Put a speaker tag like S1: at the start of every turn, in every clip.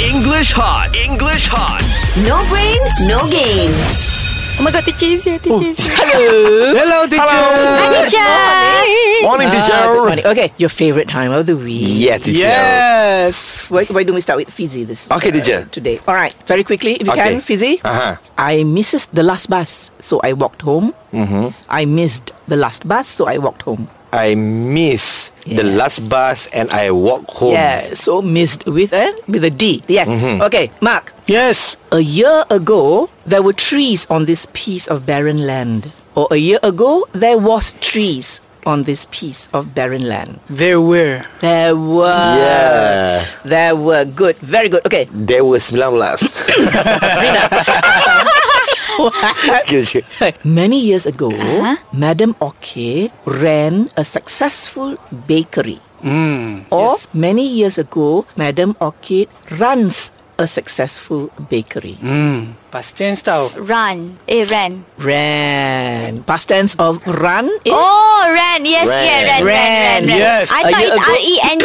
S1: English hot. English hot.
S2: No brain, no game.
S3: Oh my god, teacher is here, teacher is here.
S4: Hello, teacher.
S3: Teacher!
S4: Morning, teacher.
S5: Ah, good morning. Okay, your favorite time of the week.
S4: Yeah, teacher.
S5: Yes. Why, why don't we start with Fizzy this uh,
S4: Okay, teacher.
S5: today? All right, very quickly, if you
S4: Okay.
S5: can, Fizzy.
S4: Uh-huh.
S5: I missed the last bus, so I walked home. Mm-hmm. I missed the last bus, so I walked home.
S4: I miss the
S5: Yeah.
S4: last bus and I walk home.
S5: Yeah, so missed with a with a D. Yes. Okay, Mark.
S6: Yes.
S5: A year ago, there were trees on this piece of barren land. Or a year ago, there was trees on this piece of barren land.
S6: There were.
S5: There were.
S4: Yeah.
S5: There were. Good. Very good. Okay.
S4: There were 19. Teacher.
S5: Many years ago, Madame Orchid ran a successful bakery.
S6: Hmm,
S5: or many years ago, Madame Orchid runs a successful bakery.
S6: Hmm. Past tense tau.
S3: Run. Eh, ran.
S5: Ran. Past tense of run is?
S3: Oh, ran. Yes,
S4: Ran.
S3: yeah, ran, ran, ran, ran.
S6: Yes.
S3: I
S5: A
S3: thought
S5: year
S3: it's E
S5: ago-
S3: R-E-N-T.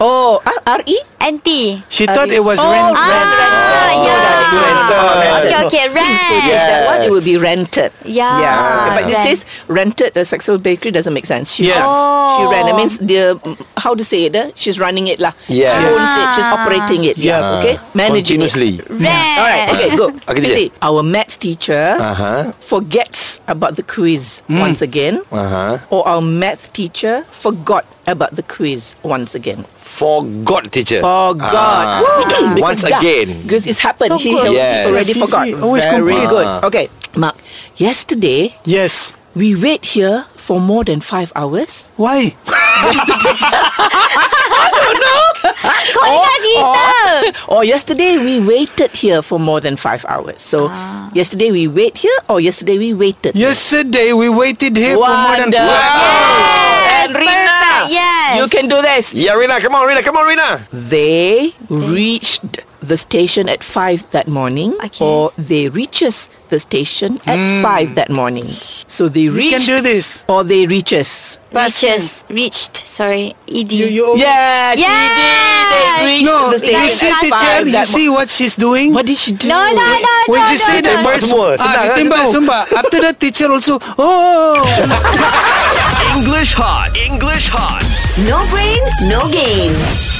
S5: Oh, ah, R-E?
S3: N-T.
S6: She thought it was
S5: Oh,
S6: rent.
S3: Ah, ran, yeah.
S4: rented.
S3: Okay, okay, ran.
S5: That one, it will be rented.
S3: Yeah.
S4: Ah.
S5: But this
S3: Rent.
S5: is rented a sexual bakery doesn't make sense. She
S6: Yes.
S5: she
S3: Oh.
S5: ran. It means the mm, how to say it? eh? She's running it lah.
S4: Yes. Ah.
S5: She owns it. She's operating it.
S6: Yeah.
S5: Okay. Managing. it.
S4: Continuously.
S3: Ran.
S5: All right. Okay. Go.
S4: Okay,
S5: You
S4: teacher.
S5: see, our maths teacher
S4: Uh-huh. Hmm.
S5: forgets about the quiz once again,
S4: Uh-huh.
S5: or our math teacher forgot about the quiz once again.
S4: Forgot, teacher. Ah.
S5: Oh God! Because-
S4: Once
S5: yeah,
S4: again.
S5: because it's happened.
S3: So
S5: he
S3: good.
S5: he
S4: Yes.
S5: already
S6: Yes,
S5: forgot.
S6: you see, always
S5: Very
S6: complete.
S5: good. Okay, Mark. Yesterday
S6: Yes.
S5: we wait here for more than five hours.
S6: Why?
S3: Kau
S5: Oh,
S3: ingat cerita.
S5: Or yesterday we waited here for more than five hours. So
S3: Ah.
S5: yesterday we wait here, or yesterday we waited.
S6: Yesterday we waited here for more than
S5: Wonderful.
S3: Yes,
S5: And Rina,
S3: perfect, yes.
S5: Ah. you can do this.
S4: Yeah, Rina, come on, Rina, come on, Rina.
S5: They reached the station at five that morning,
S3: Okay.
S5: or they reaches the station at five that morning. So they
S6: Hmm. You can
S5: reached
S6: do this.
S5: or they reaches.
S3: Reaches. Reached. Sorry. E ED.
S6: You, you
S5: Yeah, she
S3: Yes.
S5: did. They
S6: Oh.
S5: reached
S6: no,
S5: the station.
S6: you see
S5: at
S6: teacher,
S5: five
S6: you
S5: that mo-
S6: see what she's doing?
S5: What did she do?
S3: No, no, no,
S6: When
S3: no,
S6: she
S3: no,
S6: said
S3: no.
S6: that
S4: Tembak
S6: first
S4: semua. Senang
S6: ah,
S4: kan
S6: tembak
S4: tu?
S6: sumpah. After that teacher also, oh.
S1: English hot. English hot.
S2: No brain, no game.